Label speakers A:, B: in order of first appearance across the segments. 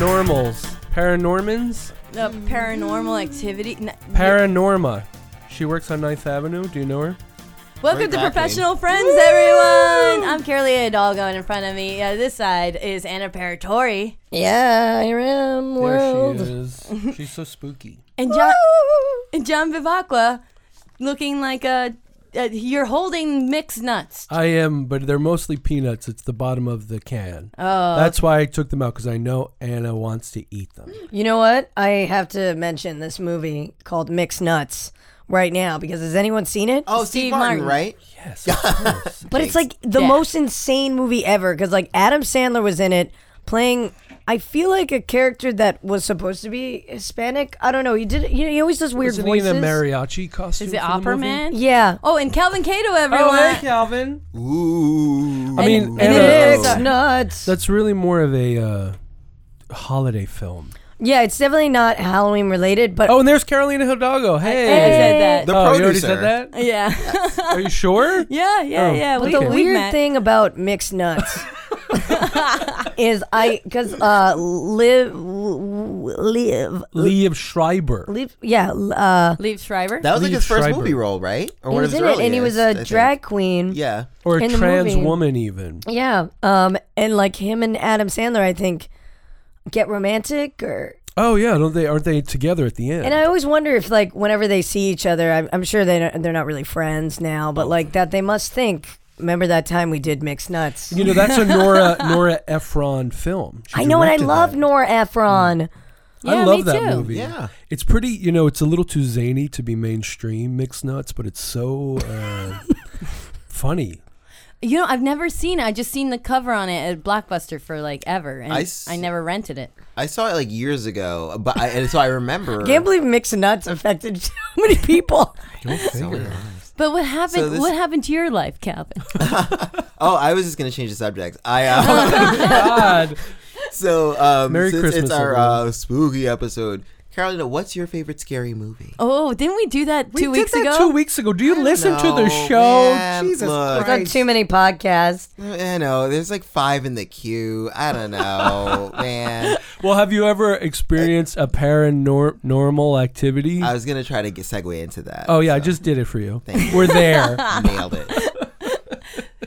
A: Normals. Paranormans?
B: The paranormal activity. n-
A: Paranorma. She works on Ninth Avenue. Do you know her?
B: Welcome
C: Great
B: to
C: back,
B: Professional Friends, everyone. I'm Carly Hidalgo, and in front of me, uh, this side is Anna Paratori.
D: Yeah, I am world.
A: There she is. She's so spooky.
B: and John and John Vivacqua, looking like a, a you're holding mixed nuts.
A: I am, but they're mostly peanuts. It's the bottom of the can.
B: Oh,
A: That's why I took them out because I know Anna wants to eat them.
D: You know what? I have to mention this movie called Mixed Nuts right now because has anyone seen it?
C: Oh, Steve,
B: Martin.
C: Martin, right?
A: Yes, of course.
D: but it's like the
B: Yeah.
D: most insane movie ever because like Adam Sandler was in it playing. I feel like a character that was supposed to be Hispanic. I don't know. He did. He, he always does weird
A: Isn't he
D: voices.
A: in a mariachi costume?
B: is it
A: for Uh, the
B: Opera
A: movie?
B: Man?
D: yeah.
B: Oh, and Calvin Cato, everyone.
A: Oh, hey, Calvin.
C: Ooh.
A: I mean,
B: And-
A: Anna,
B: and it is-
D: Mixed Nuts.
A: that's really more of a uh, holiday film.
D: Yeah, it's definitely not Halloween related, but
A: Oh, and there's Carolina Hidalgo. Hey,
B: I said that.
C: The
A: oh, you already
C: producer.
A: said that.
B: yeah,
A: Are you sure?
B: yeah, yeah,
A: Oh,
B: yeah.
A: but
B: We,
A: the
B: we
D: weird
B: met.
D: thing about mixed nuts is I because uh live live
A: Liev Schreiber.
D: live yeah uh
B: Leave Shriver.
C: That was like
A: Liev
C: his first
A: Schreiber.
C: movie role, right? Or
D: he
C: one of
D: was
C: his
D: in it and he
C: earliest,
D: was
C: I
D: a
C: think.
D: drag queen
C: Yeah.
A: or a
D: in the
A: trans
D: movie.
A: woman even.
D: yeah um and like him and Adam Sandler I think get romantic or
A: Oh yeah, don't they? Aren't they together at the end?
D: and I always wonder if like whenever they see each other I'm, I'm sure they don't, they're not really friends now but like that they must think remember that time we did mixed nuts
A: you know, that's a Nora Nora Ephron film. She
D: I know and I
A: directed
D: love
A: that.
D: Nora Ephron
A: I
B: Yeah,
A: love
B: me
A: that
B: too.
A: movie.
C: Yeah.
A: it's pretty. You know, it's a little too zany to be mainstream mixed nuts, but it's so uh, funny.
B: You know, I've never seen it. I just seen the cover on it at Blockbuster for like ever, and
C: I
B: I
C: s-
B: never rented it.
C: I saw it like years ago, but I, and so I remember.
D: Can't believe mixed nuts affected so many people.
B: But what happened?
C: So this-
B: what happened to your life, Calvin?
C: oh, I was just gonna change the subject. I uh,
A: God,
C: so um,
A: Merry
C: since
A: Christmas,
C: It's our
A: everyone.
C: uh, spooky episode. Carolina, what's your favorite scary movie?
B: oh, didn't we do that two
A: we
B: weeks
A: did that
B: ago?
A: Two weeks ago. Do you listen to the
C: know,
A: show?
C: man.
A: Jesus
C: Look.
D: Not
A: Christ.
D: too many podcasts.
C: I know there's like five in the queue. I don't know, man.
A: Well, have you ever experienced a paranormal activity?
C: I was gonna try to get segue into that.
A: oh yeah, I
C: so
A: just did it for you.
C: Thank
A: We're there.
C: nailed it.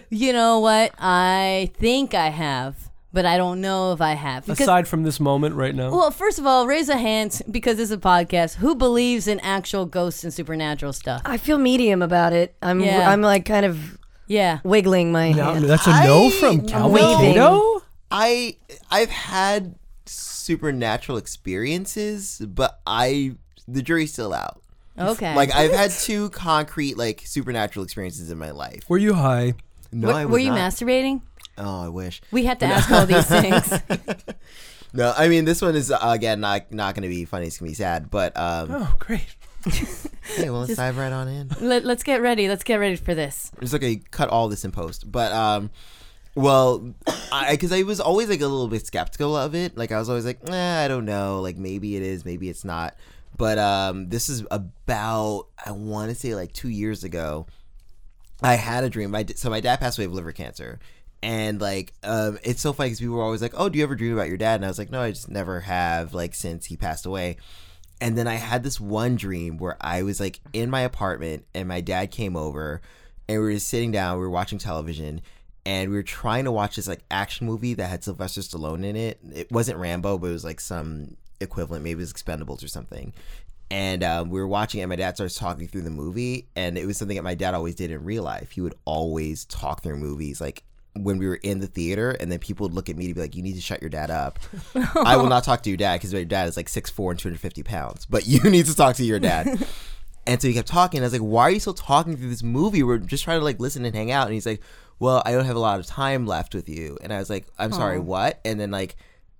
B: You know what? I think I have, but I don't know if I have. Because,
A: Aside from this moment right now.
B: well, first of all, raise a hand because this is a podcast. Who believes in actual ghosts and supernatural stuff?
D: I feel medium about it. I'm
B: Yeah.
D: I'm like kind of
B: Yeah.
D: wiggling my
A: No,
D: hand.
A: that's a no
C: I-
A: from
C: no.
A: Calvin
D: Waving.
A: Kato?
C: I I've had supernatural experiences, but I the jury's still out.
B: Okay.
C: Like I've had two concrete like supernatural experiences in my life.
A: Were you high?
C: No, I
B: were,
C: was
B: were you
C: not.
B: masturbating?
C: Oh, I wish.
B: We had to ask all these things.
C: No, I mean this one is uh, again not not going to be funny. It's going to be sad, but um,
A: Oh, great.
C: hey, well let's dive right on in.
B: Let, let's get ready. Let's get ready for this.
C: It's like I cut all this in post, but um, well, I because I was always like a little bit skeptical of it. Like I was always like, eh, I don't know. Like maybe it is, maybe it's not. But um, this is about I want to say like two years ago. I had a dream. My d- so my dad passed away of liver cancer, and like um, it's so funny because people were always like, "Oh, do you ever dream about your dad?" And I was like, "No, I just never have like since he passed away." And then I had this one dream where I was like in my apartment, and my dad came over, and we were just sitting down, we were watching television. And we were trying to watch this like action movie that had Sylvester Stallone in it. It wasn't Rambo, but it was like some equivalent. Maybe it was Expendables or something and um, we were watching it and my dad starts talking through the movie and it was something that my dad always did in real life he would always talk through movies like when we were in the theater and then people would look at me to be like you need to shut your dad up i will not talk to your dad because your dad is like 6'4 and 250 pounds but you need to talk to your dad and so he kept talking. I was like, "Why are you still talking through this movie? We're just trying to like listen and hang out." And he's like, "Well, I don't have a lot of time left with you." And I was like, "I'm sorry, what?" And then like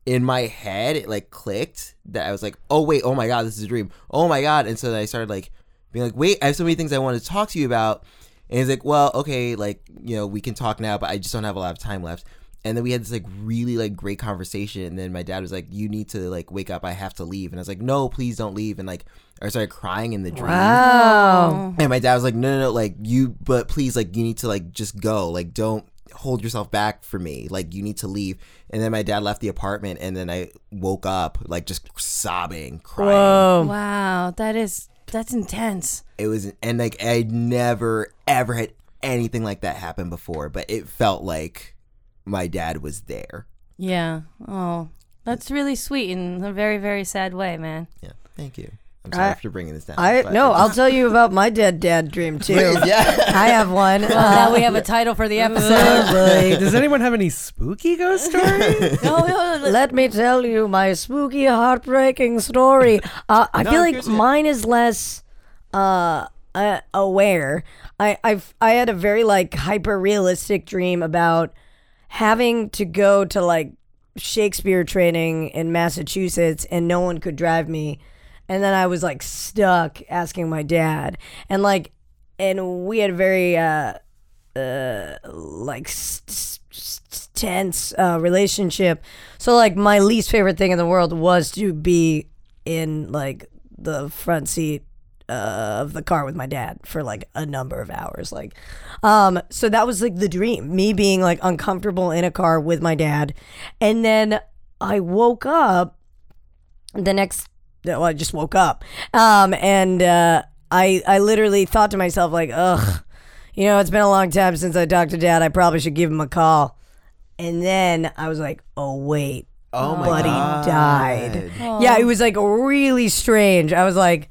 C: in my head, it like clicked that I was like, "Oh wait, oh my god, this is a dream. Oh my god!" And so then I started like being like, "Wait, I have so many things I want to talk to you about." And he's like, "Well, okay, like you know, we can talk now, but I just don't have a lot of time left." And then we had this like really like great conversation. And then my dad was like, "You need to like wake up. I have to leave." And I was like, "No, please don't leave." And like I started crying in the dream.
D: Wow.
B: Oh.
C: And my dad was like, no, no, no, like you, but please, like you need to like just go, like don't hold yourself back for me. Like you need to leave. And then my dad left the apartment, and then I woke up like just sobbing, crying.
D: Whoa.
B: Oh, Wow, that is that's intense.
C: It was and like I never ever had anything like that happen before, but it felt like my dad was there.
B: Yeah. Oh, that's really sweet in a very very sad way, man.
C: Yeah. Thank you. I'm sorry for bringing this down.
D: I
C: but-
D: no, I'll tell you about my dead dad dream too.
C: yeah.
D: I have one.
B: Now
D: Uh,
B: we have a title for the episode.
D: oh, boy.
A: Does anyone have any spooky ghost stories?
B: no, no, no,
D: Let me tell you my spooky, heartbreaking story. Uh, I
C: No,
D: feel
C: I'm
D: like
C: curious again.
D: mine is less uh, uh, aware. I I've, I had a very like hyper realistic dream about having to go to like Shakespeare training in Massachusetts, and no one could drive me. And then I was like stuck asking my dad, and like, and we had a very uh, like s- s- s- tense uh, relationship. So like my least favorite thing in the world was to be in like the front seat uh, of the car with my dad for like a number of hours. Like, um, so that was like the dream, me being like uncomfortable in a car with my dad, and then I woke up the next well, I just woke up. Um, and uh, I I literally thought to myself like, ugh, you know, it's been a long time since I talked to Dad. I probably should give him a call. And then I was like, oh wait,
C: Oh my
D: buddy
C: god.
D: died. Yeah, it
B: Um,
D: was like really strange. I was like,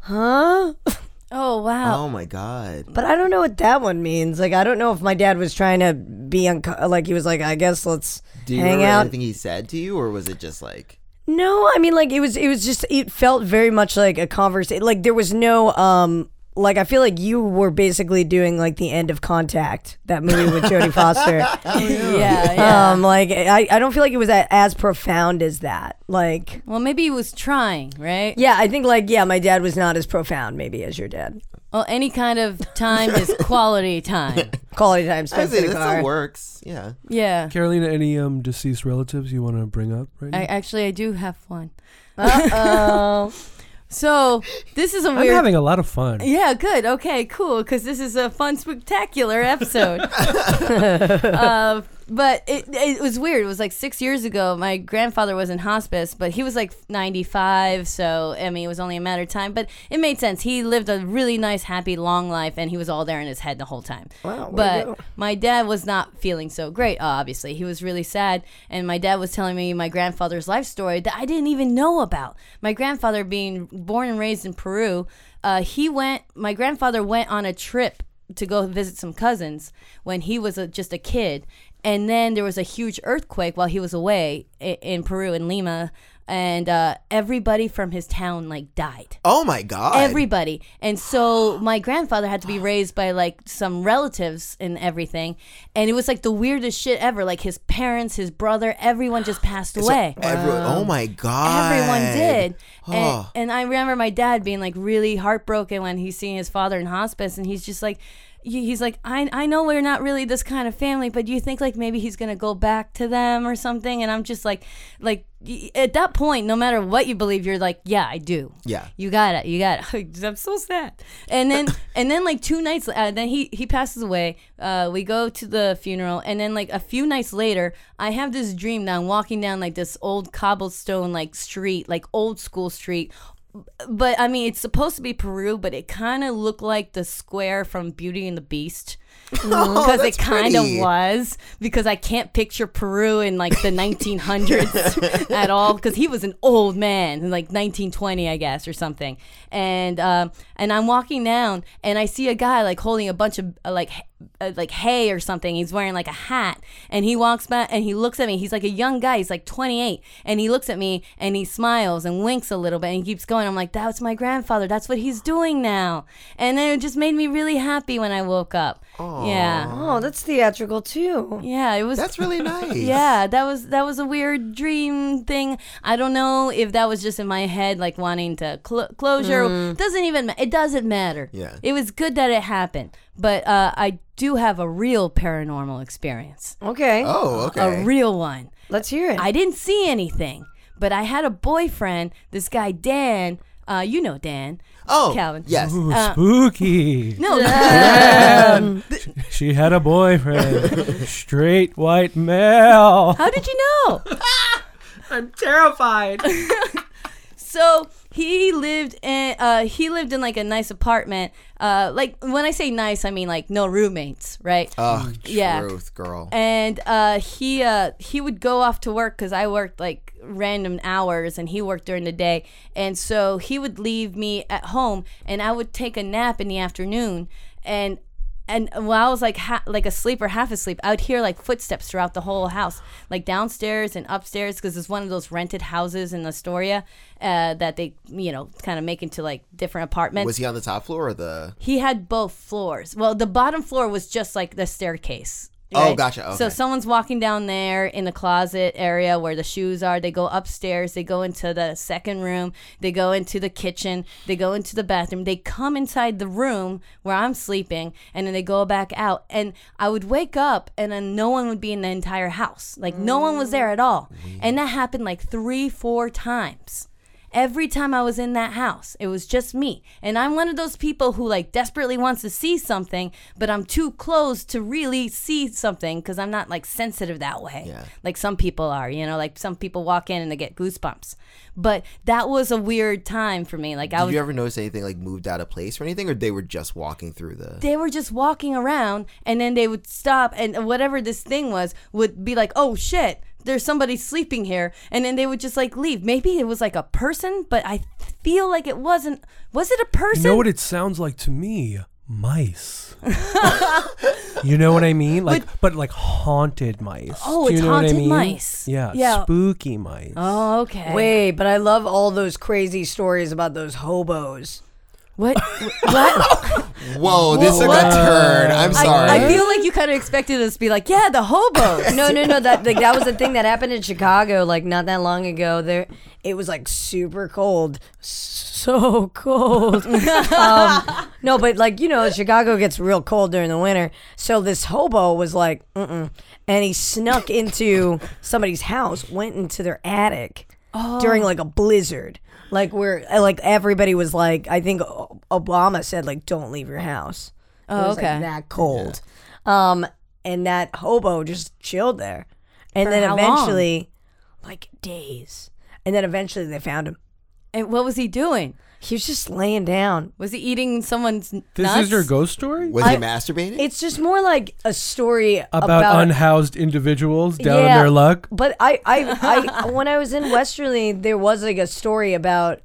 D: huh?
B: Oh wow.
C: Oh my god.
D: But I don't know what that one means. Like, I don't know if my dad was trying to be unco- like he was like, I guess let's
C: Do you
D: hang
C: remember
D: out.
C: anything he said to you, or was it just like?
D: No, I mean like it was it was just it felt very much like a conversation. Like there was no um like I feel like you were basically doing like the end of Contact, that movie with Jodie Foster.
C: Oh,
B: Yeah, yeah.
D: Um like I, I don't feel like it was a as profound as that. Like
B: well, maybe he was trying, right?
D: yeah, I think like yeah, my dad was not as profound maybe as your dad.
B: Well, any kind of time is quality time.
D: Quality
C: I
D: time spent
C: say
D: in the
C: that
D: car.
C: still works. Yeah.
B: Yeah.
A: Carolina, any um, deceased relatives you want to bring up right now?
B: I actually I do have one.
D: Uh-oh.
B: So this is a
A: I'm
B: weird.
A: having a lot of fun.
B: yeah, good. Okay, cool. Because this is a fun, spectacular episode. uh, but it, it was weird. It was like six years ago. My grandfather was in hospice, but he was like 95. So, I mean, it was only a matter of time. But it made sense. He lived a really nice, happy, long life, and he was all there in his head the whole time.
D: Wow, way to go.
B: But my dad was not feeling so great, obviously. He was really sad. And my dad was telling me my grandfather's life story that I didn't even know about. My grandfather, being born and raised in Peru, uh, he went, my grandfather went on a trip to go visit some cousins when he was a, just a kid. And then there was a huge earthquake while he was away in, in Peru, in Lima. And uh, everybody from his town like died
C: Oh my god.
B: everybody. And so my grandfather had to be raised by like some relatives and everything. And it was like the weirdest shit ever. Like his parents, his brother, everyone just passed away.
C: Every- oh my god.
B: um, Everyone did. And,
C: Oh.
B: and I remember my dad being like really heartbroken when he's seeing his father in hospice, and he's just like, he- he's like, I, I know we're not really this kind of family, but do you think like maybe he's gonna go back to them or something? And I'm just like, like y- at that point, no matter what you believe, you're like, yeah, I do.
C: Yeah.
B: you got it, you got it. I'm so sad. And then and then like two nights, uh, then he he passes away. Uh, we go to the funeral, and then like a few nights later, I have this dream that I'm walking down like this old cobblestone like street, like old school street, but I mean, it's supposed to be Peru, but it kind of looked like the square from Beauty and the Beast because it
C: Oh, that's
B: kind of
C: pretty.
B: was. Because I can't picture Peru in like the 1900s at all. Because he was an old man, in, like 1920, I guess, or something. And um, and I'm walking down, and I see a guy like holding a bunch of uh, like h- uh, like hay or something. He's wearing like a hat, and he walks back and he looks at me. He's like a young guy. He's like 28, and he looks at me and he smiles and winks a little bit and he keeps going. I'm like, that's my grandfather. That's what he's doing now. And then it just made me really happy when I woke up. Yeah,
D: Oh, that's theatrical too.
B: yeah. It was.
C: That's really nice.
B: yeah, that was that was a weird dream thing. I don't know if that was just in my head, like wanting to cl- closure. Doesn't even ma- it doesn't matter.
C: Mm-hmm. Yeah.
B: it was good that it happened, but uh, I do have a real paranormal experience,
D: Okay.
C: Oh, okay.
B: a real one.
D: Let's hear it.
B: I didn't see anything, but I had a boyfriend, this guy Dan. Uh, you know Dan.
C: Oh,
B: Calvin.
C: Yes.
A: Ooh,
B: uh,
A: spooky.
B: No,
A: Man, she had a boyfriend, straight white male.
B: how did you know?
E: I'm terrified.
B: So he lived in uh, he lived in like a nice apartment. Uh, like when I say nice, I mean like no roommates, right?
C: Oh,
B: Yeah.
C: truth, girl.
B: and uh, he uh, he would go off to work because I worked like random hours and he worked during the day, and so he would leave me at home and I would take a nap in the afternoon and. And while I was like ha- like asleep or half asleep, I would hear like footsteps throughout the whole house, like downstairs and upstairs, because it's one of those rented houses in Astoria uh, that they you know kind of make into like different apartments.
C: Was he on the top floor or the?
B: He had both floors. Well, the bottom floor was just like the staircase.
C: Oh, gotcha.
B: So
C: Okay.
B: someone's walking down there in the closet area where the shoes are. They go upstairs. They go into the second room. They go into the kitchen. They go into the bathroom. They come inside the room where I'm sleeping, and then they go back out. And I would wake up, and then no one would be in the entire house. Like no one was there at all.
C: Mm.
B: And that happened like three, four times. Every time I was in that house, it was just me. And I'm one of those people who like desperately wants to see something, but I'm too closed to really see something because I'm not like sensitive that way.
C: Yeah.
B: Like some people are, you know, like some people walk in and they get goosebumps. But that was a weird time for me. Like I
C: Did
B: was
C: you ever notice anything like moved out of place or anything, or they were just walking through the?
B: they were just walking around and then they would stop and whatever this thing was would be like oh shit there's somebody sleeping here and then they would just like leave maybe it was like a person but i feel like it wasn't was it a
A: You
B: person
A: know what it sounds like to me? Mice. you know what I mean? Like, but, like haunted mice.
B: Oh,
A: Do you
B: it's
A: know what I
B: haunted
A: mean?
B: mice.
A: Yeah,
B: Yeah.
A: spooky mice.
B: oh okay
D: Wait, but I love all those crazy stories about those hobos.
B: what what
C: Whoa, this took
B: what?
C: a turn. I'm sorry.
B: I, I feel like you kind of expected us to be like yeah the hobos
D: No, no, no. That like, that was the thing that happened in Chicago, like not that long ago. There, it was like super cold, so cold. um, no, but like you know, Chicago gets real cold during the winter. So this hobo was like, Mm-mm. and he snuck into somebody's house, went into their attic
B: Oh.
D: during like a blizzard, like where uh, like everybody was like, I think O- Obama said like, don't leave your house. It
B: Oh,
D: was, like,
B: okay.
D: that cold. Um, and that hobo just chilled there, and
B: For
D: then
B: how long?
D: eventually, like days, and then eventually they found him.
B: and what was he doing
D: He was just laying down.
B: was he eating someone's
A: this
B: nuts?
A: is your ghost story
C: was
D: I-
C: he masturbating?
D: It's just more like a story
A: about,
D: about
A: unhoused individuals down
D: Yeah.
A: on their luck.
D: But I, I, I, when I was in Westerly, there was like a story about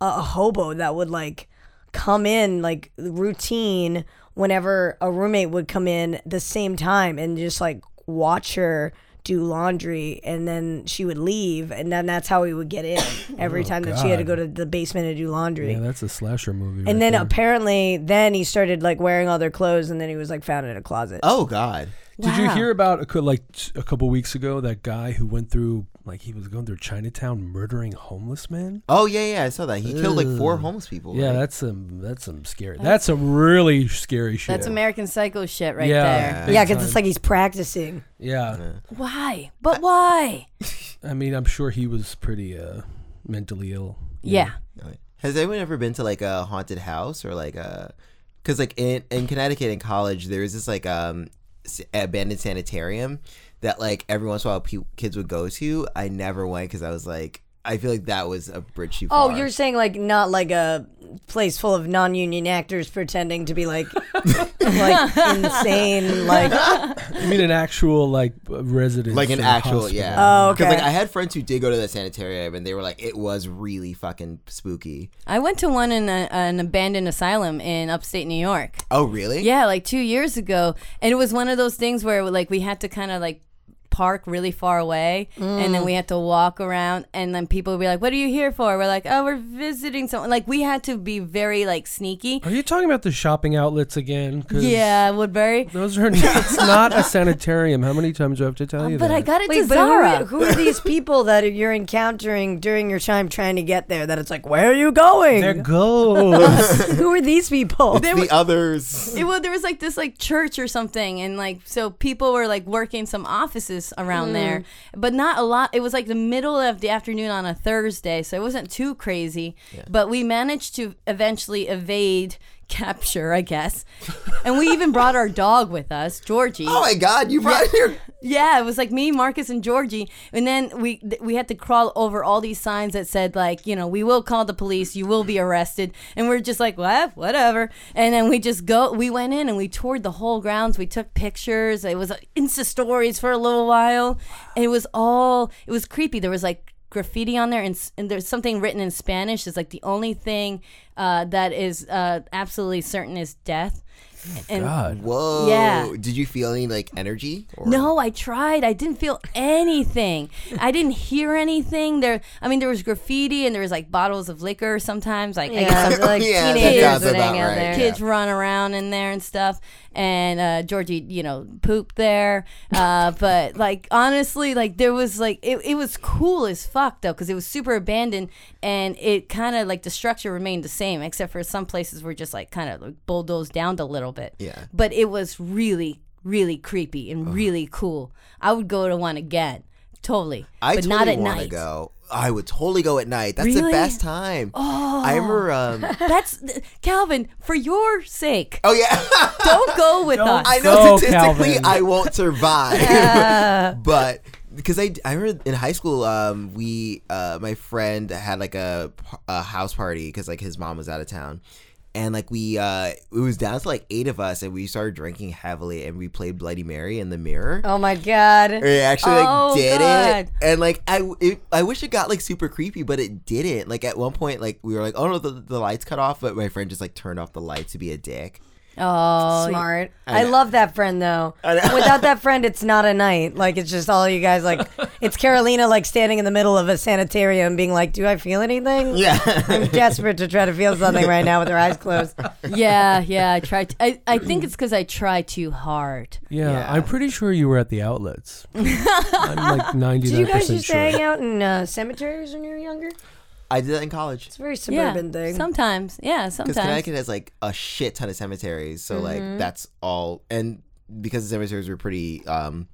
D: a hobo that would like come in like routine whenever a roommate would come in the same time and just like watch her do laundry and then she would leave and then that's how he would get in every time that she had to go
A: Oh, God.
D: to the basement to do laundry.
A: Yeah, that's a slasher movie. right
D: and then
A: there.
D: apparently then he started like wearing all their clothes and then he was like found in a closet.
C: oh God.
A: Did you
B: Wow.
A: hear about a, cou- like t- a couple weeks ago that guy who went through like he was going through Chinatown murdering homeless men?
C: Oh yeah, yeah. I saw that. He killed like four homeless people.
A: Yeah,
C: right?
A: that's some that's some scary. That's some really scary shit.
B: that's American Psycho shit right
A: yeah,
B: there.
A: big
D: yeah, cuz
A: time.
D: it's like he's practicing.
A: yeah.
B: Why? But why?
A: I mean, I'm sure he was pretty uh, mentally ill.
B: Yeah.
C: Right. Has anyone ever been to like a haunted house or like a? Because like in in Connecticut in college, there was this like um s- abandoned sanitarium that like every once in a while pe- kids would go to. I never went because I was like, I feel like that was a bridge too
D: Oh,
C: far.
D: you're saying like not like a place full of non-union actors pretending to be like like insane like
A: I mean, an actual like resident,
C: like an actual yeah.
D: oh
C: Because
D: okay.
C: like I had friends who did go to that sanitarium and they were like, it was really fucking spooky.
B: I went to one in a, an abandoned asylum in upstate New York.
C: Oh really?
B: Yeah, like two years ago, and it was one of those things where like we had to kind of like park really far away, and
D: Mm.
B: then we had to walk around, and then people would be like, "What are you here for?" We're like, "Oh, we're visiting someone." Like we had to be very like sneaky.
A: Are you talking about the shopping outlets again? 'Cause
B: Uh, Yeah, Woodbury.
A: those are. It's not a sanitarium. How many times do I have to tell you
B: But
A: that?
B: I got it to
D: Wait, Um, but who
B: Zara.
D: are, who are these people that you're encountering during your time trying to get there? That it's like, where are you going?
A: They're ghosts.
D: who are these people?
C: The others.
B: it, well, there was like this like church or something, and like so people were like working some offices hours around there, but not a lot. It was like the middle of the afternoon on a Thursday, so it wasn't too crazy. But we managed to eventually evade capture, I guess. and we even brought our dog with us, Georgie.
C: Oh my god, you brought your
B: Yeah, it was like me, Marcus, and Georgie, and then we th- we had to crawl over all these signs that said like, you know, we will call the police, you will be arrested, and we're just like, what, whatever. And then we just go, we went in and we toured the whole grounds. We took pictures. It was uh, Insta stories for a little while. And it was all it was creepy. There was like graffiti on there and, s- and there's something written in spanish is like the only thing uh, that is uh, absolutely certain is death and
A: God.
C: whoa.
B: Yeah.
C: Did you feel any like energy? Or?
B: no, I tried. I didn't feel anything. I didn't hear anything. There, I mean, there was graffiti and there was like bottles of liquor sometimes. Like, I guess
D: Yeah, like
C: Yeah, that
D: teenagers
C: sounds
D: would
C: about
D: hang out
C: right,
D: there.
B: kids run around in there and stuff. And uh, Georgie, you know, pooped there. Uh, but like honestly, like there was like it, it was cool as fuck though because it was super abandoned and it kind of like the structure remained the same except for some places were just like kind of like, bulldozed down a little bit.
C: Yeah. Uh-huh.
B: But it was really, really creepy and really cool. I would go to one again, totally.
C: I
B: but
C: totally
B: not at
C: wanna
B: night.
C: go. I would totally go at night. That's the
B: Really?
C: best time. Oh. I remember. Um,
B: That's Calvin for your sake.
C: oh yeah.
B: Don't go with us.
C: I know
A: So,
C: statistically
A: Calvin.
C: I won't survive, but because I, I remember in high school, um, we uh, my friend had like a, p- a house party because like his mom was out of town, and like we uh, it was down to like eight of us, and we started drinking heavily, and we played Bloody Mary in the mirror.
D: Oh my god.
C: It actually like
B: Oh,
C: did
B: God.
C: it, and like I, it, I wish it got like super creepy, but it didn't. Like at one point, like we were like, oh no, the, the lights cut off, but my friend just like turned off the lights to be a dick.
B: oh,
D: Smart. I, love that friend though. Without that friend, it's not a night. Like it's just all you guys like. It's Carolina like standing in the middle of a sanitarium, being like, "Do I feel anything?"
C: Yeah.
D: I'm desperate to try to feel something right now with her eyes closed.
B: yeah, yeah. I try. T- I I think it's because I try too hard.
A: Yeah,
C: Yeah.
A: I'm pretty sure you were at the outlets. I'm like 99%
D: Did you guys used
A: sure.
D: to hang out in uh, cemeteries when you were younger?
C: I did that in college.
D: It's a very suburban
B: yeah,
D: thing.
B: sometimes. Yeah, sometimes. Mm-hmm.
C: because Connecticut has like a shit ton of cemeteries, so like that's all. And because the cemeteries were pretty, um,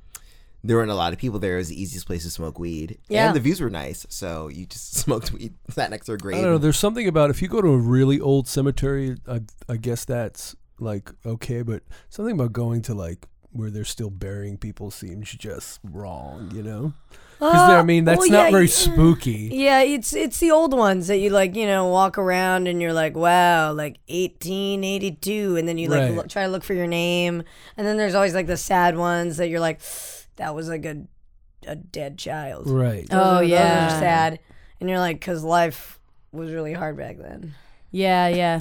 C: there weren't a lot of people there. It was the easiest place to smoke weed,
D: Yeah.
C: and the views were nice. So you just smoked weed, sat next to a grave.
A: I don't know. There's something about if you go to a really old cemetery, I, I guess that's like okay, but something about going to like where they're still burying people seems just wrong, you know? Because I mean, that's
D: Oh, Uh, well,
A: not
D: yeah,
A: very
D: you-
A: spooky.
D: Yeah, it's it's the old ones that you like, you know, walk around and you're like, wow, like 1882, and then you like
A: Right.
D: look, try to look for your name, and then there's always like the sad ones that you're like, that was like a a dead child.
A: Right.
D: Those
B: Oh,
D: are- those
B: yeah.
D: are sad, and you're like, cause life was really hard back then.
B: Yeah, yeah.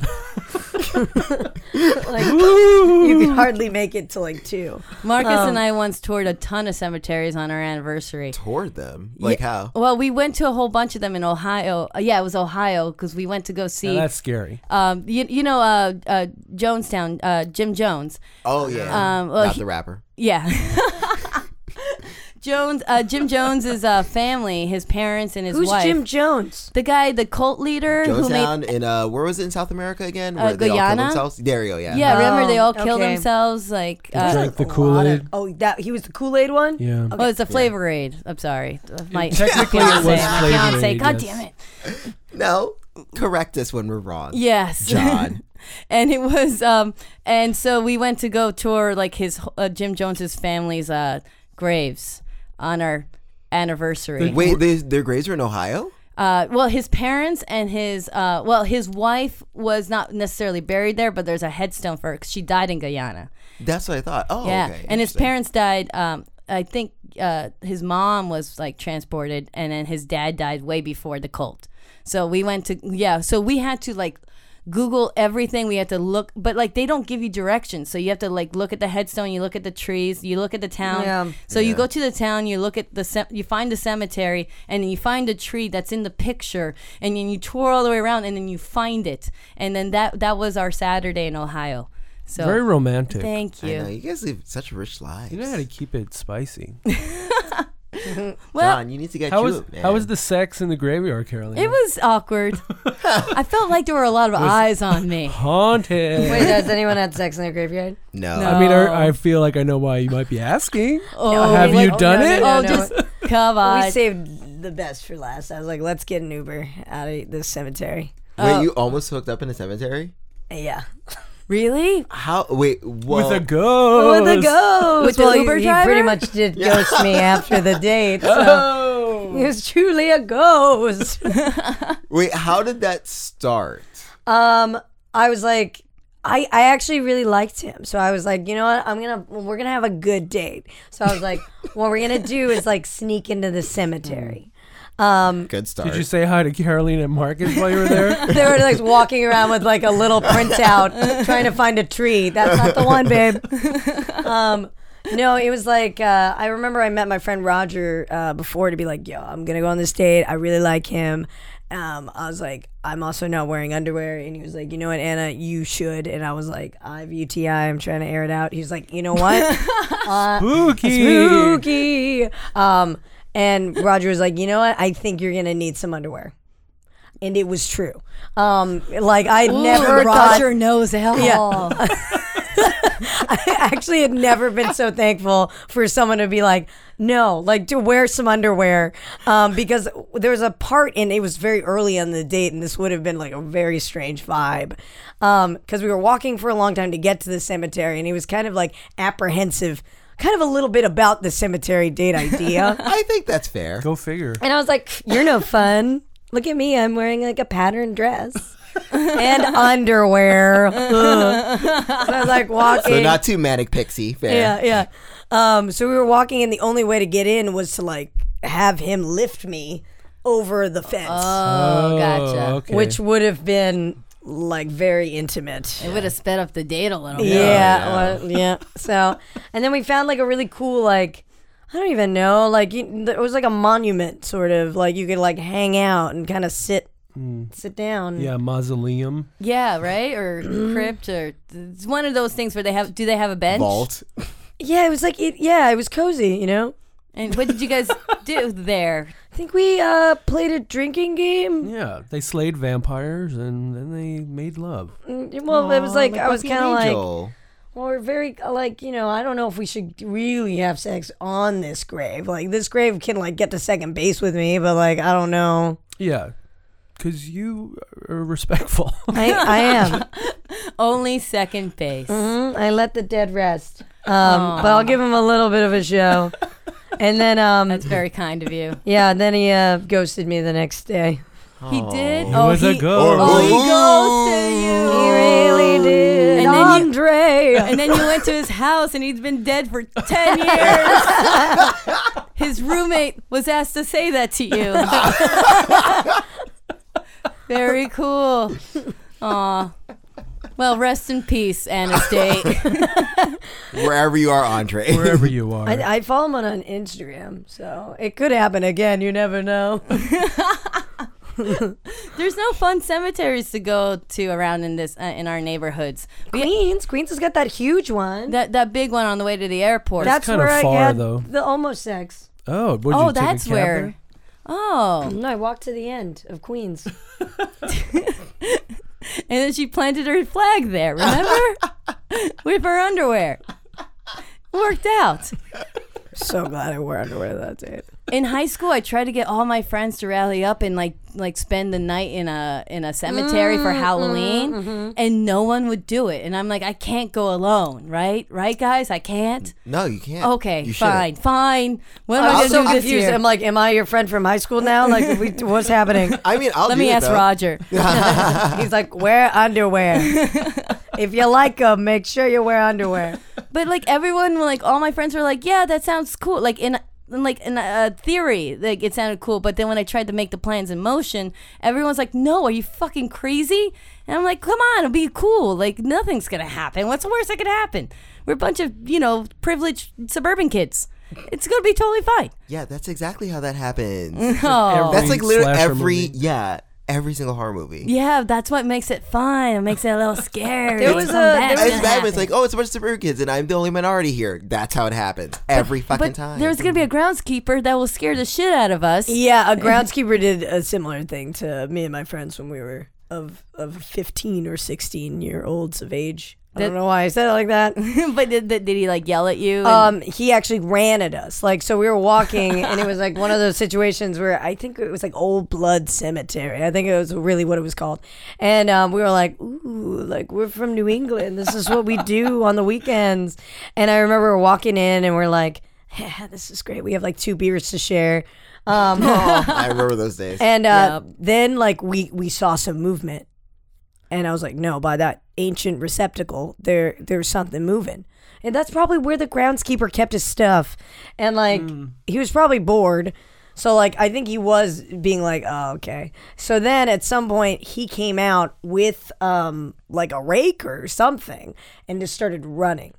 D: You could hardly make it to like two.
B: Marcus and
D: Um,
B: I once toured a ton of cemeteries on our anniversary.
C: toward them, like how?
B: Well, we went to a whole bunch of them in Ohio. Uh, yeah, it was Ohio because we went to go
A: Now
B: see,
A: that's scary.
B: um, you, you know, uh, uh, Jonestown, uh, Jim Jones.
C: Oh yeah,
B: Um, well,
C: not
B: he-
C: the rapper.
B: Yeah. Jones, uh, Jim Jones's uh, family, his parents and his
D: Who's
B: wife.
D: Jim Jones?
B: The guy, the cult leader who made
C: Jonestown in uh, where was it in South America again? Where they all killed
B: Guyana?
C: themselves? There you go. Yeah.
B: Yeah, remember they all
D: Oh,
B: kill
D: okay.
B: themselves. Like,
A: Drank
B: uh,
A: the
D: A lot
A: Kool Aid.
D: of- Oh, that he was the Kool Aid one.
A: Yeah.
B: oh, it's a flavor aid. I'm sorry, my
A: technically it
B: fiance,
A: was
B: my
A: Flavor
B: fiance.
A: Aid,
B: God
A: yes.
B: damn it.
C: No, correct us when we're wrong.
B: Yes,
C: John.
B: and it was. Um, and so we went to go tour like his uh, Jim Jones's family's uh graves on our anniversary.
C: Wait, they, their graves are in Ohio.
B: Uh, well, his parents and his uh, well, his wife was not necessarily buried there, but there's a headstone for her 'cause she died in Guyana.
C: That's what I thought. Oh,
B: Yeah,
C: okay,
B: and his
C: interesting.
B: parents died. Um, I think uh, his mom was like transported, and then his dad died way before the cult. So we went to yeah. So we had to like Google everything. We had to look, but like they don't give you directions, so you have to like look at the headstone, you look at the trees, you look at the town.
D: Yeah.
B: So you go to the town, you look at the ce- you find the cemetery, and then you find the tree that's in the picture, and then you tour all the way around, and then you find it, and then that that was our Saturday in Ohio. So
A: Very romantic.
B: thank you.
C: I know you guys live such rich lives.
A: You know how to keep it spicy.
B: Well,
C: Don, you need to get
A: How
C: you.
A: was
C: man.
A: how was the sex in the graveyard, Carolina?
B: it was awkward. I felt like there were a lot of eyes on me.
A: haunted.
D: Wait, has anyone had sex in their graveyard?
C: no?
B: No.
A: I mean,
B: Oh.
A: I, I feel like I know why you might be asking.
B: Oh,
A: Have
D: like-
A: you
D: oh,
A: done
D: no, no,
A: it?
D: no,
B: oh,
D: no.
B: just come on.
D: we saved the best for last. I was like, let's get an Uber out of this cemetery.
C: Wait, you almost hooked up in a cemetery?
D: Yeah.
B: really?
C: How? Wait, well,
A: With a ghost.
D: With the ghost.
B: With the
D: well,
B: Uber
D: he,
B: driver?
D: He pretty much did ghost me after the date. So
A: Oh.
D: he was truly a ghost.
C: wait, how did that start?
D: um, I was like, I, I actually really liked him. So I was like, you know what? I'm gonna we're gonna have a good date. So I was like, what we're gonna do is like sneak into the cemetery. Um,
C: Good start.
A: Did you say hi to Carolina Marcus while you were there?
D: they were like walking around with like a little printout trying to find a tree. That's not the one, babe. Um, no, it was like uh, I remember I met my friend Roger uh, before to be like, "Yo, I'm gonna go on this date. I really like him." Um, I was like, "I'm also not wearing underwear," and he was like, "You know what, Anna, you should." And I was like, "I have UTI. I'm trying to air it out." He's like, "You know what?" Uh,
A: Spooky.
D: spooky. Um, and Roger was like, you know what? I think you're gonna need some underwear. And it was true. Um, like I never thought. Oh,
B: Roger knows alcohol.
D: I actually had never been so thankful for someone to be like, no, like to wear some underwear. Um, because there was a part, and it was very early on the date, and this would have been like a very strange vibe. Um, because we were walking for a long time to get to the cemetery, and he was kind of like apprehensive, kind of a little bit about the cemetery date idea.
C: I think that's fair.
A: Go figure.
D: And I was like, "You're no fun. Look at me. I'm wearing like a patterned dress and underwear." Ugh. so I was like walking.
C: So not too manic pixie. Fair.
D: yeah, yeah. Um, so we were walking, and the only way to get in was to like have him lift me over the fence,
B: Oh, gotcha.
A: okay.
D: which would have been like very intimate.
B: It would have sped up the date a little.
D: Yeah,
B: bit.
D: yeah. Well, yeah. So, and then we found like a really cool like I don't even know like you, it was like a monument sort of like you could like hang out and kind of sit sit down.
A: yeah, mausoleum.
B: Yeah, right? Or crypt or it's one of those things where they have do they have a bench?
C: Vault.
D: Yeah, it was like it, yeah, it was cozy. You know,
B: And what did you guys do there?
D: I think we uh played a drinking game.
A: Yeah, they slayed vampires and then they made love.
D: Mm, Well, it was like I was kind of like well,
C: Angel.
D: we're very uh, like you know I don't know if we should really have sex on this grave. Like this grave can like get to second base with me, but like I don't know.
A: Yeah, because you are respectful.
D: I I am.
B: Only second base.
D: Mhm, I let the dead rest. Um, but I'll give him a little bit of a show. and then, um,
B: That's very kind of you.
D: yeah, then he uh, ghosted me the next day.
B: He did.
A: It was a ghost.
B: Oh, he ghosted you.
D: He really
B: Oh. And
D: did.
B: then you-
D: Andre.
B: And then you went to his house, and he's been dead for ten years. his roommate was asked to say that to you. Very cool. Aw. Well, rest in peace, Anastate.
C: Wherever you are, Andre.
A: Wherever you are.
D: I, I follow him on, on Instagram, so it could happen again. You never know.
B: There's no fun cemeteries to go to around in this uh, in our neighborhoods. We-
D: Queens. Queens has got that huge one.
B: that that big one on the way to the airport.
D: that's
A: kinda
D: where I
A: far,
D: had
A: though.
D: the almost sex.
A: oh, what
B: oh,
A: you take a
B: that's
A: cab
B: where.
A: there?
B: Oh,
D: No, I walked to the end of Queens.
B: and then she planted her flag there. Remember, with her underwear. Worked out.
D: so glad I wore underwear that day.
B: in high school i tried to get all my friends to rally up and like like spend the night in a in a cemetery
D: Mm,
B: for halloween
D: mm-hmm,
B: and no one would do it and i'm like i can't go alone right right guys i can't
C: No, you can't.
B: okay
C: you
B: fine
C: shouldn't.
B: fine what am i
D: I'm
B: gonna
D: so
B: do this
D: confused.
B: year?
D: I'm like, am I your friend from high school now? Like, we, what's happening?
C: I mean, I'll
B: let
C: do
B: me
C: it,
B: ask
C: though.
B: roger
D: He's like, wear underwear. if you like them, make sure you wear underwear.
B: but like everyone like all my friends were like yeah that sounds cool like in in, like in uh, theory like it sounded cool but then when i tried to make the plans in motion everyone's like no are you fucking crazy and i'm like come on it'll be cool like nothing's gonna happen what's the worst that could happen we're a bunch of you know privileged suburban kids it's gonna be totally fine
C: Yeah, that's exactly how that happens.
B: oh
C: That's like
A: Every
C: literally
A: slasher
C: every
A: movie.
C: yeah. every single horror movie.
B: Yeah, that's what makes it fun. It makes it a little scary.
D: There
B: It's
D: was
B: come
D: a-
B: back.
D: there
B: It's
D: was-
C: It's
B: gonna
C: bad when it's
B: happen.
C: like, oh, it's a bunch of superhero kids, and I'm the only minority here. That's how it happens every fucking
B: but
C: time.
B: There's gonna be a groundskeeper that will scare the shit out of us.
D: Yeah, a groundskeeper did a similar thing to me and my friends when we were of of fifteen or sixteen year olds of age. I don't
B: That-
D: know why I said it like that.
B: but did, did did he like yell at you? and-
D: Um, he actually ran at us. Like, so we were walking, and it was like one of those situations where I think it was like Old Blood Cemetery. I think it was really what it was called. And um, we were like, ooh, like we're from New England. This is what we do on the weekends. And I remember walking in, and we're like, yeah, this is great. We have like two beers to share. Um,
C: Oh, I remember those days.
D: and uh,
B: Yep.
D: then like we we saw some movement, and I was like, no, by that ancient receptacle, there there's something moving, and that's probably where the groundskeeper kept his stuff, and like he was probably bored. So like I think he was being like oh okay. So then at some point he came out with um like a rake or something and just started running.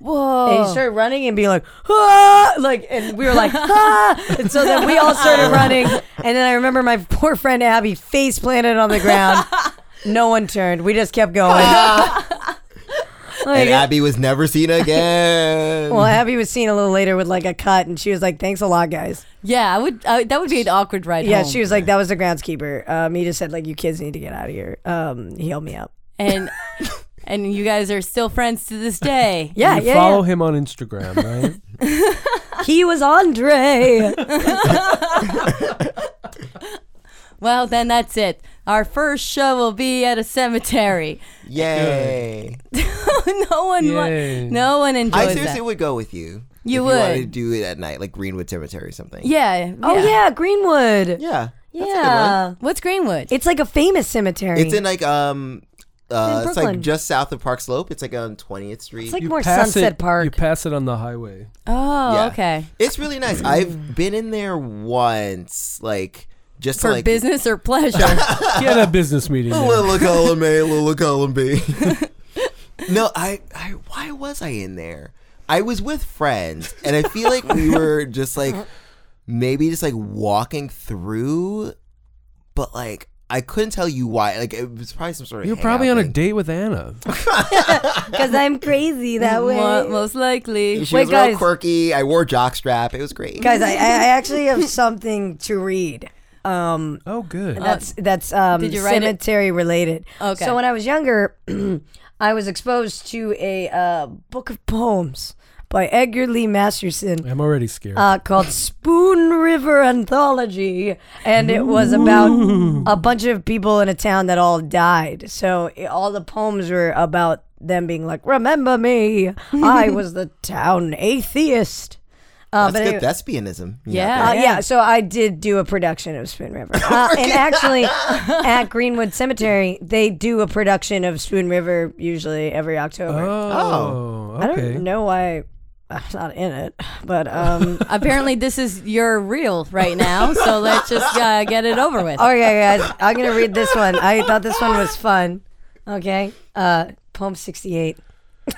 D: And he
B: whoa!
D: started running and being like, ah! like, and we were like, ah! and so then we all started running. And then I remember my poor friend Abby face planted on the ground. No one turned. We just kept going. like,
C: and Abby was never seen again.
D: well, Abby was seen a little later with like a cut, and she was like, "Thanks a lot, guys."
B: yeah, I would. I, that would be an awkward ride.
D: Yeah,
B: home.
D: she was like, "That was the groundskeeper." Um, he just said like, "You kids need to get out of here." Um, he held me up.
B: and and you guys are still friends to this day.
D: Yeah,
A: You
D: yeah,
A: follow him on Instagram, right?
D: yeah. He was Andre.
B: Well, then that's it. Our first show will be at a cemetery.
C: Yay!
B: no one, wa-
A: Yay.
B: no one
C: I
B: enjoys
C: seriously
B: that.
C: would go with you.
B: You
C: if You wanted
B: would.
C: to do it at night, like Greenwood Cemetery or something.
B: Yeah.
D: oh yeah, Greenwood.
C: yeah,
D: Yeah,
C: That's a good one.
B: What's Greenwood?
D: it's like a famous cemetery.
C: It's in like um, uh,
D: in
C: it's like
D: Brooklyn.
C: just south of Park Slope. It's like on Twentieth Street.
D: It's like
A: You
D: more
A: pass
D: Sunset
A: it-
D: Park.
A: You pass it on the highway.
B: oh,
C: Yeah.
B: okay.
C: It's really nice. I've been in there once, like just to,
B: For
C: like
B: business or pleasure?
A: He had a business meeting.
C: A
A: there.
C: little column A, a little column B. no, I, I, why was I in there? I was with friends, and I feel like we were just like maybe just like walking through, but like I couldn't tell you why. Like it was probably some sort of.
A: You're probably on
C: hangout
A: a
C: thing.
A: date with Anna.
D: Because I'm crazy that way.
B: Mo- most likely.
C: She
D: Wait,
C: was real
D: guys.
C: quirky. I wore jockstrap. It was great.
D: Guys, I, I I actually have something to read. Um,
A: Oh, good.
D: that's that's um,
B: did you write it?
D: cemetery related.
B: Okay.
D: So when I was younger, I was exposed to a uh, book of poems by Edgar Lee Masterson.
A: I'm already scared.
D: uh, called Spoon River Anthology, and it was about a bunch of people in a town that all died. So i all the poems were about them being like, "Remember me, I was the town atheist." Uh,
C: That's
D: but
C: good
D: anyway-
C: thespianism. you know.
B: Yeah.
D: uh, yeah, so I did do a production of Spoon River, uh, and actually at Greenwood Cemetery they do a production of Spoon River usually every October.
A: oh,
D: I
A: okay.
D: don't know why I'm not in it, but um,
B: Apparently, this is your reel right now, so let's just uh, get it over with.
D: Okay, guys, I'm gonna read this one. I thought this one was fun. Okay, uh, poem 68.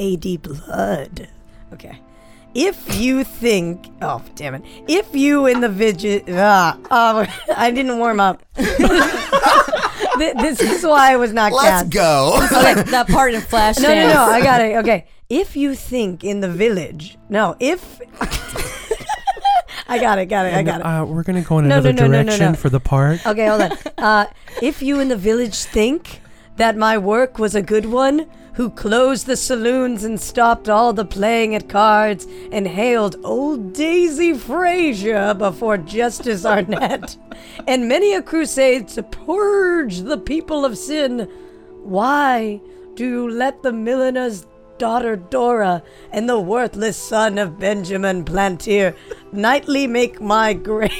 D: AD blood. Okay. If you think, oh damn it! If you in the vigil, ah, um, I didn't warm up. Th- this is why I was not
C: Let's
D: cast.
C: go.
B: Okay, that part in Flashdance.
D: No, no, no! I got it. Okay. If you think in the village, no. If I got it, got it, I got it.
A: Uh, we're gonna go in
D: No,
A: another
D: no, no, no, no,
A: direction
D: no.
A: for the park.
D: Okay, hold on. Uh, if you in the village think that my work was a good one, who closed the saloons and stopped all the playing at cards and hailed old Daisy Frazier before Justice Arnett, and many a crusade to purge the people of sin, why do you let the milliner's daughter Dora and the worthless son of Benjamin Plantier nightly make my grave,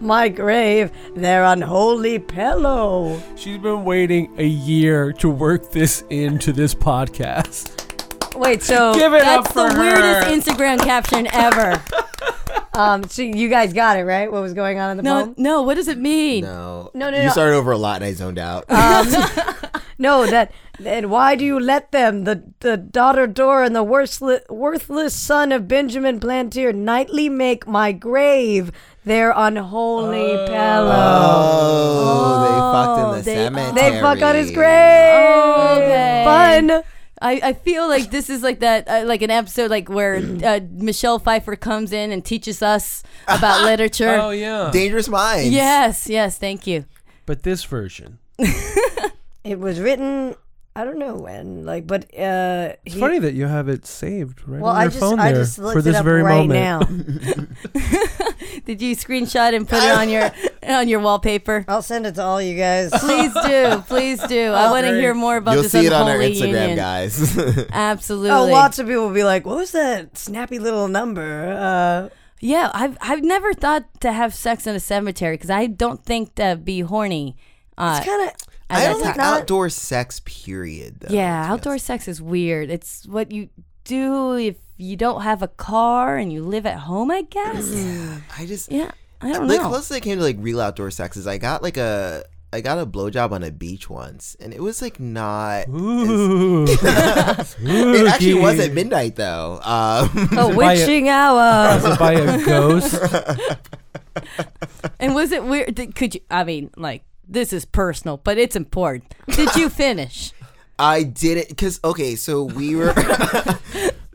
D: my grave, their unholy pillow?
A: She's been waiting a year to work this into this podcast.
D: Wait, so
A: Give it
B: That's
A: up
B: the
A: for her.
B: weirdest Instagram caption ever.
D: um, so you guys got it right? What was going on in the
B: No,
D: poem?
B: no. What does it mean?
C: no,
D: No, no,
C: You
D: no.
C: started over a lot, and I zoned out.
D: Oh. Um, No, that. And why do you let them, the, the daughter Dora and the worthless, worthless son of Benjamin
A: Oh.
C: Oh,
D: Plantier, nightly make my grave their unholy pillow? They
C: Cemetery.
D: fuck on his grave.
B: okay.
D: Fun.
B: Oh, I, I feel like this is like that uh, like an episode like where uh, Michelle Pfeiffer comes in and teaches us about literature.
A: Oh yeah.
C: Dangerous Minds.
B: Yes, yes, thank you.
A: But this version.
D: It was written. I don't know when, like, but uh,
A: It's
D: he-
A: funny that you have it saved right
D: Well,
A: on your
D: I just
A: phone
D: I
A: there
D: just looked
A: for this
D: it up
A: very
D: right
A: moment.
D: now.
B: Did you screenshot and put it on your on your wallpaper?
D: I'll send it to all you guys.
B: Please do, please do. I want to hear more about
C: Oh, You'll
B: this
C: see it on our
B: unholy
C: Instagram,
B: union.
C: guys.
B: Absolutely.
D: Oh, lots of people will be like, "What was that snappy little number?" Uh,
B: Yeah, I've I've never thought to have sex in a cemetery because I don't think that'd be horny.
D: Uh,
B: Uh,
D: it's kind of
C: I
B: at
C: don't
B: that
C: like
B: time.
C: outdoor sex. Period. Though,
B: yeah,
C: to be
B: outdoor sex is weird. It's what you do if you don't have a car and you live at home, I guess.
C: honest. I just
B: yeah, I don't
C: like
B: know.
C: closest I came to like real outdoor sex is I got like a I got a blowjob on a beach once, and it was like not.
A: Ooh.
C: It actually was
A: Spooky.
C: at midnight though. Um,
A: by
D: a
A: a-
D: witching hour.
A: Was it by a ghost?
B: and was it weird? Did, could you? I mean, like this is personal, but it's important. Did you finish?
C: I did it because okay, so we were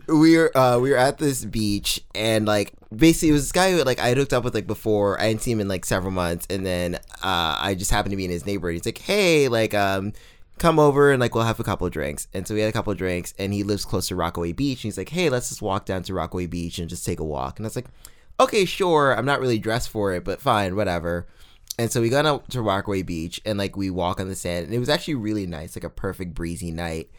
C: we were uh, we were at this beach and like basically it was this guy who like I had hooked up with like before I hadn't seen him in like several months and then uh, I just happened to be in his neighborhood. He's like, hey, like um. Come over and like we'll have a couple of drinks. And so we had a couple of drinks, and he lives close to Rockaway Beach. And he's like, "Hey, let's just walk down to Rockaway Beach and just take a walk." And I was like, "Okay, sure. I'm not really dressed for it, but fine, whatever." And so we got out to Rockaway Beach and like we walk on the sand and it was actually really nice, like a perfect breezy night.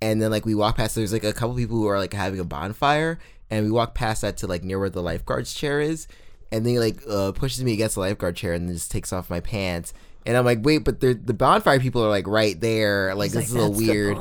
C: And then like we walk past there's like a couple people who are like having a bonfire and we walk past that to like near where the lifeguard's chair is and then he, like uh, pushes me against the lifeguard chair and then just takes off my pants. And I'm like, wait, but they're- the bonfire people are like right there. Like this is a little weird.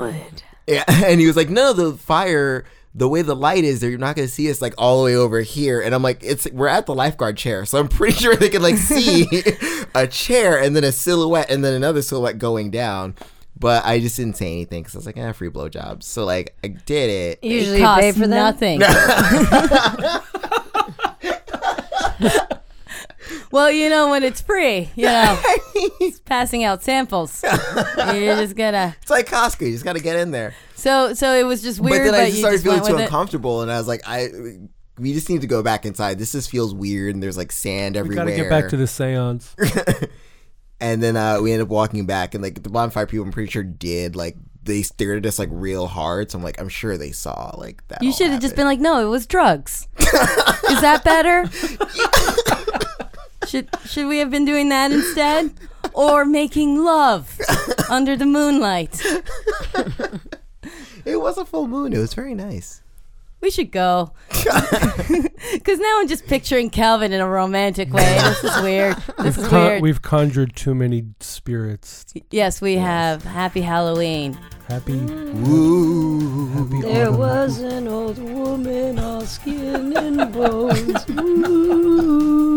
C: Yeah, and he was like, "No, the fire, the way the light is, there, you're not gonna see us like all the way over here." And I'm like, "It's we're at the lifeguard chair, so I'm pretty sure they could like see a chair and then a silhouette and then another silhouette going down." But I just didn't say anything because I was like, "Ah, free blowjobs." So like, I did it.
D: Usually
B: It
D: you pay
B: costs
D: for that.
B: nothing. well, you know when it's free, you know, it's passing out samples. You're just gonna.
C: It's like Costco; you just gotta get in there.
B: So, so it was just weird.
C: but
B: But,
C: then I just
B: you
C: started
B: just
C: feeling
B: went
C: too
B: with it.
C: uncomfortable, and I was like, "I." We just need to go back inside. This just feels weird, and there's like sand
A: we
C: everywhere.
A: gotta get back to the seance.
C: And then uh, we ended up walking back, and like the bonfire people, I'm pretty sure did like they stared at us like real hard. So I'm like, I'm sure they saw like that.
B: You
C: all
B: should have just been
C: happen.
B: like, "No, it was drugs." Is that better? should should we have been doing that instead, or making love under the moonlight?
C: It was a full moon. It was very nice.
B: We should go. Because now I'm just picturing Calvin in a romantic way. This is weird. This is
A: Con-
B: weird.
A: We've conjured too many spirits.
B: yes, we have. Happy Halloween.
A: Happy,
B: Mm.
C: Ooh.
A: happy
D: There
A: autumn.
D: was an old woman all skin and bones. Ooh.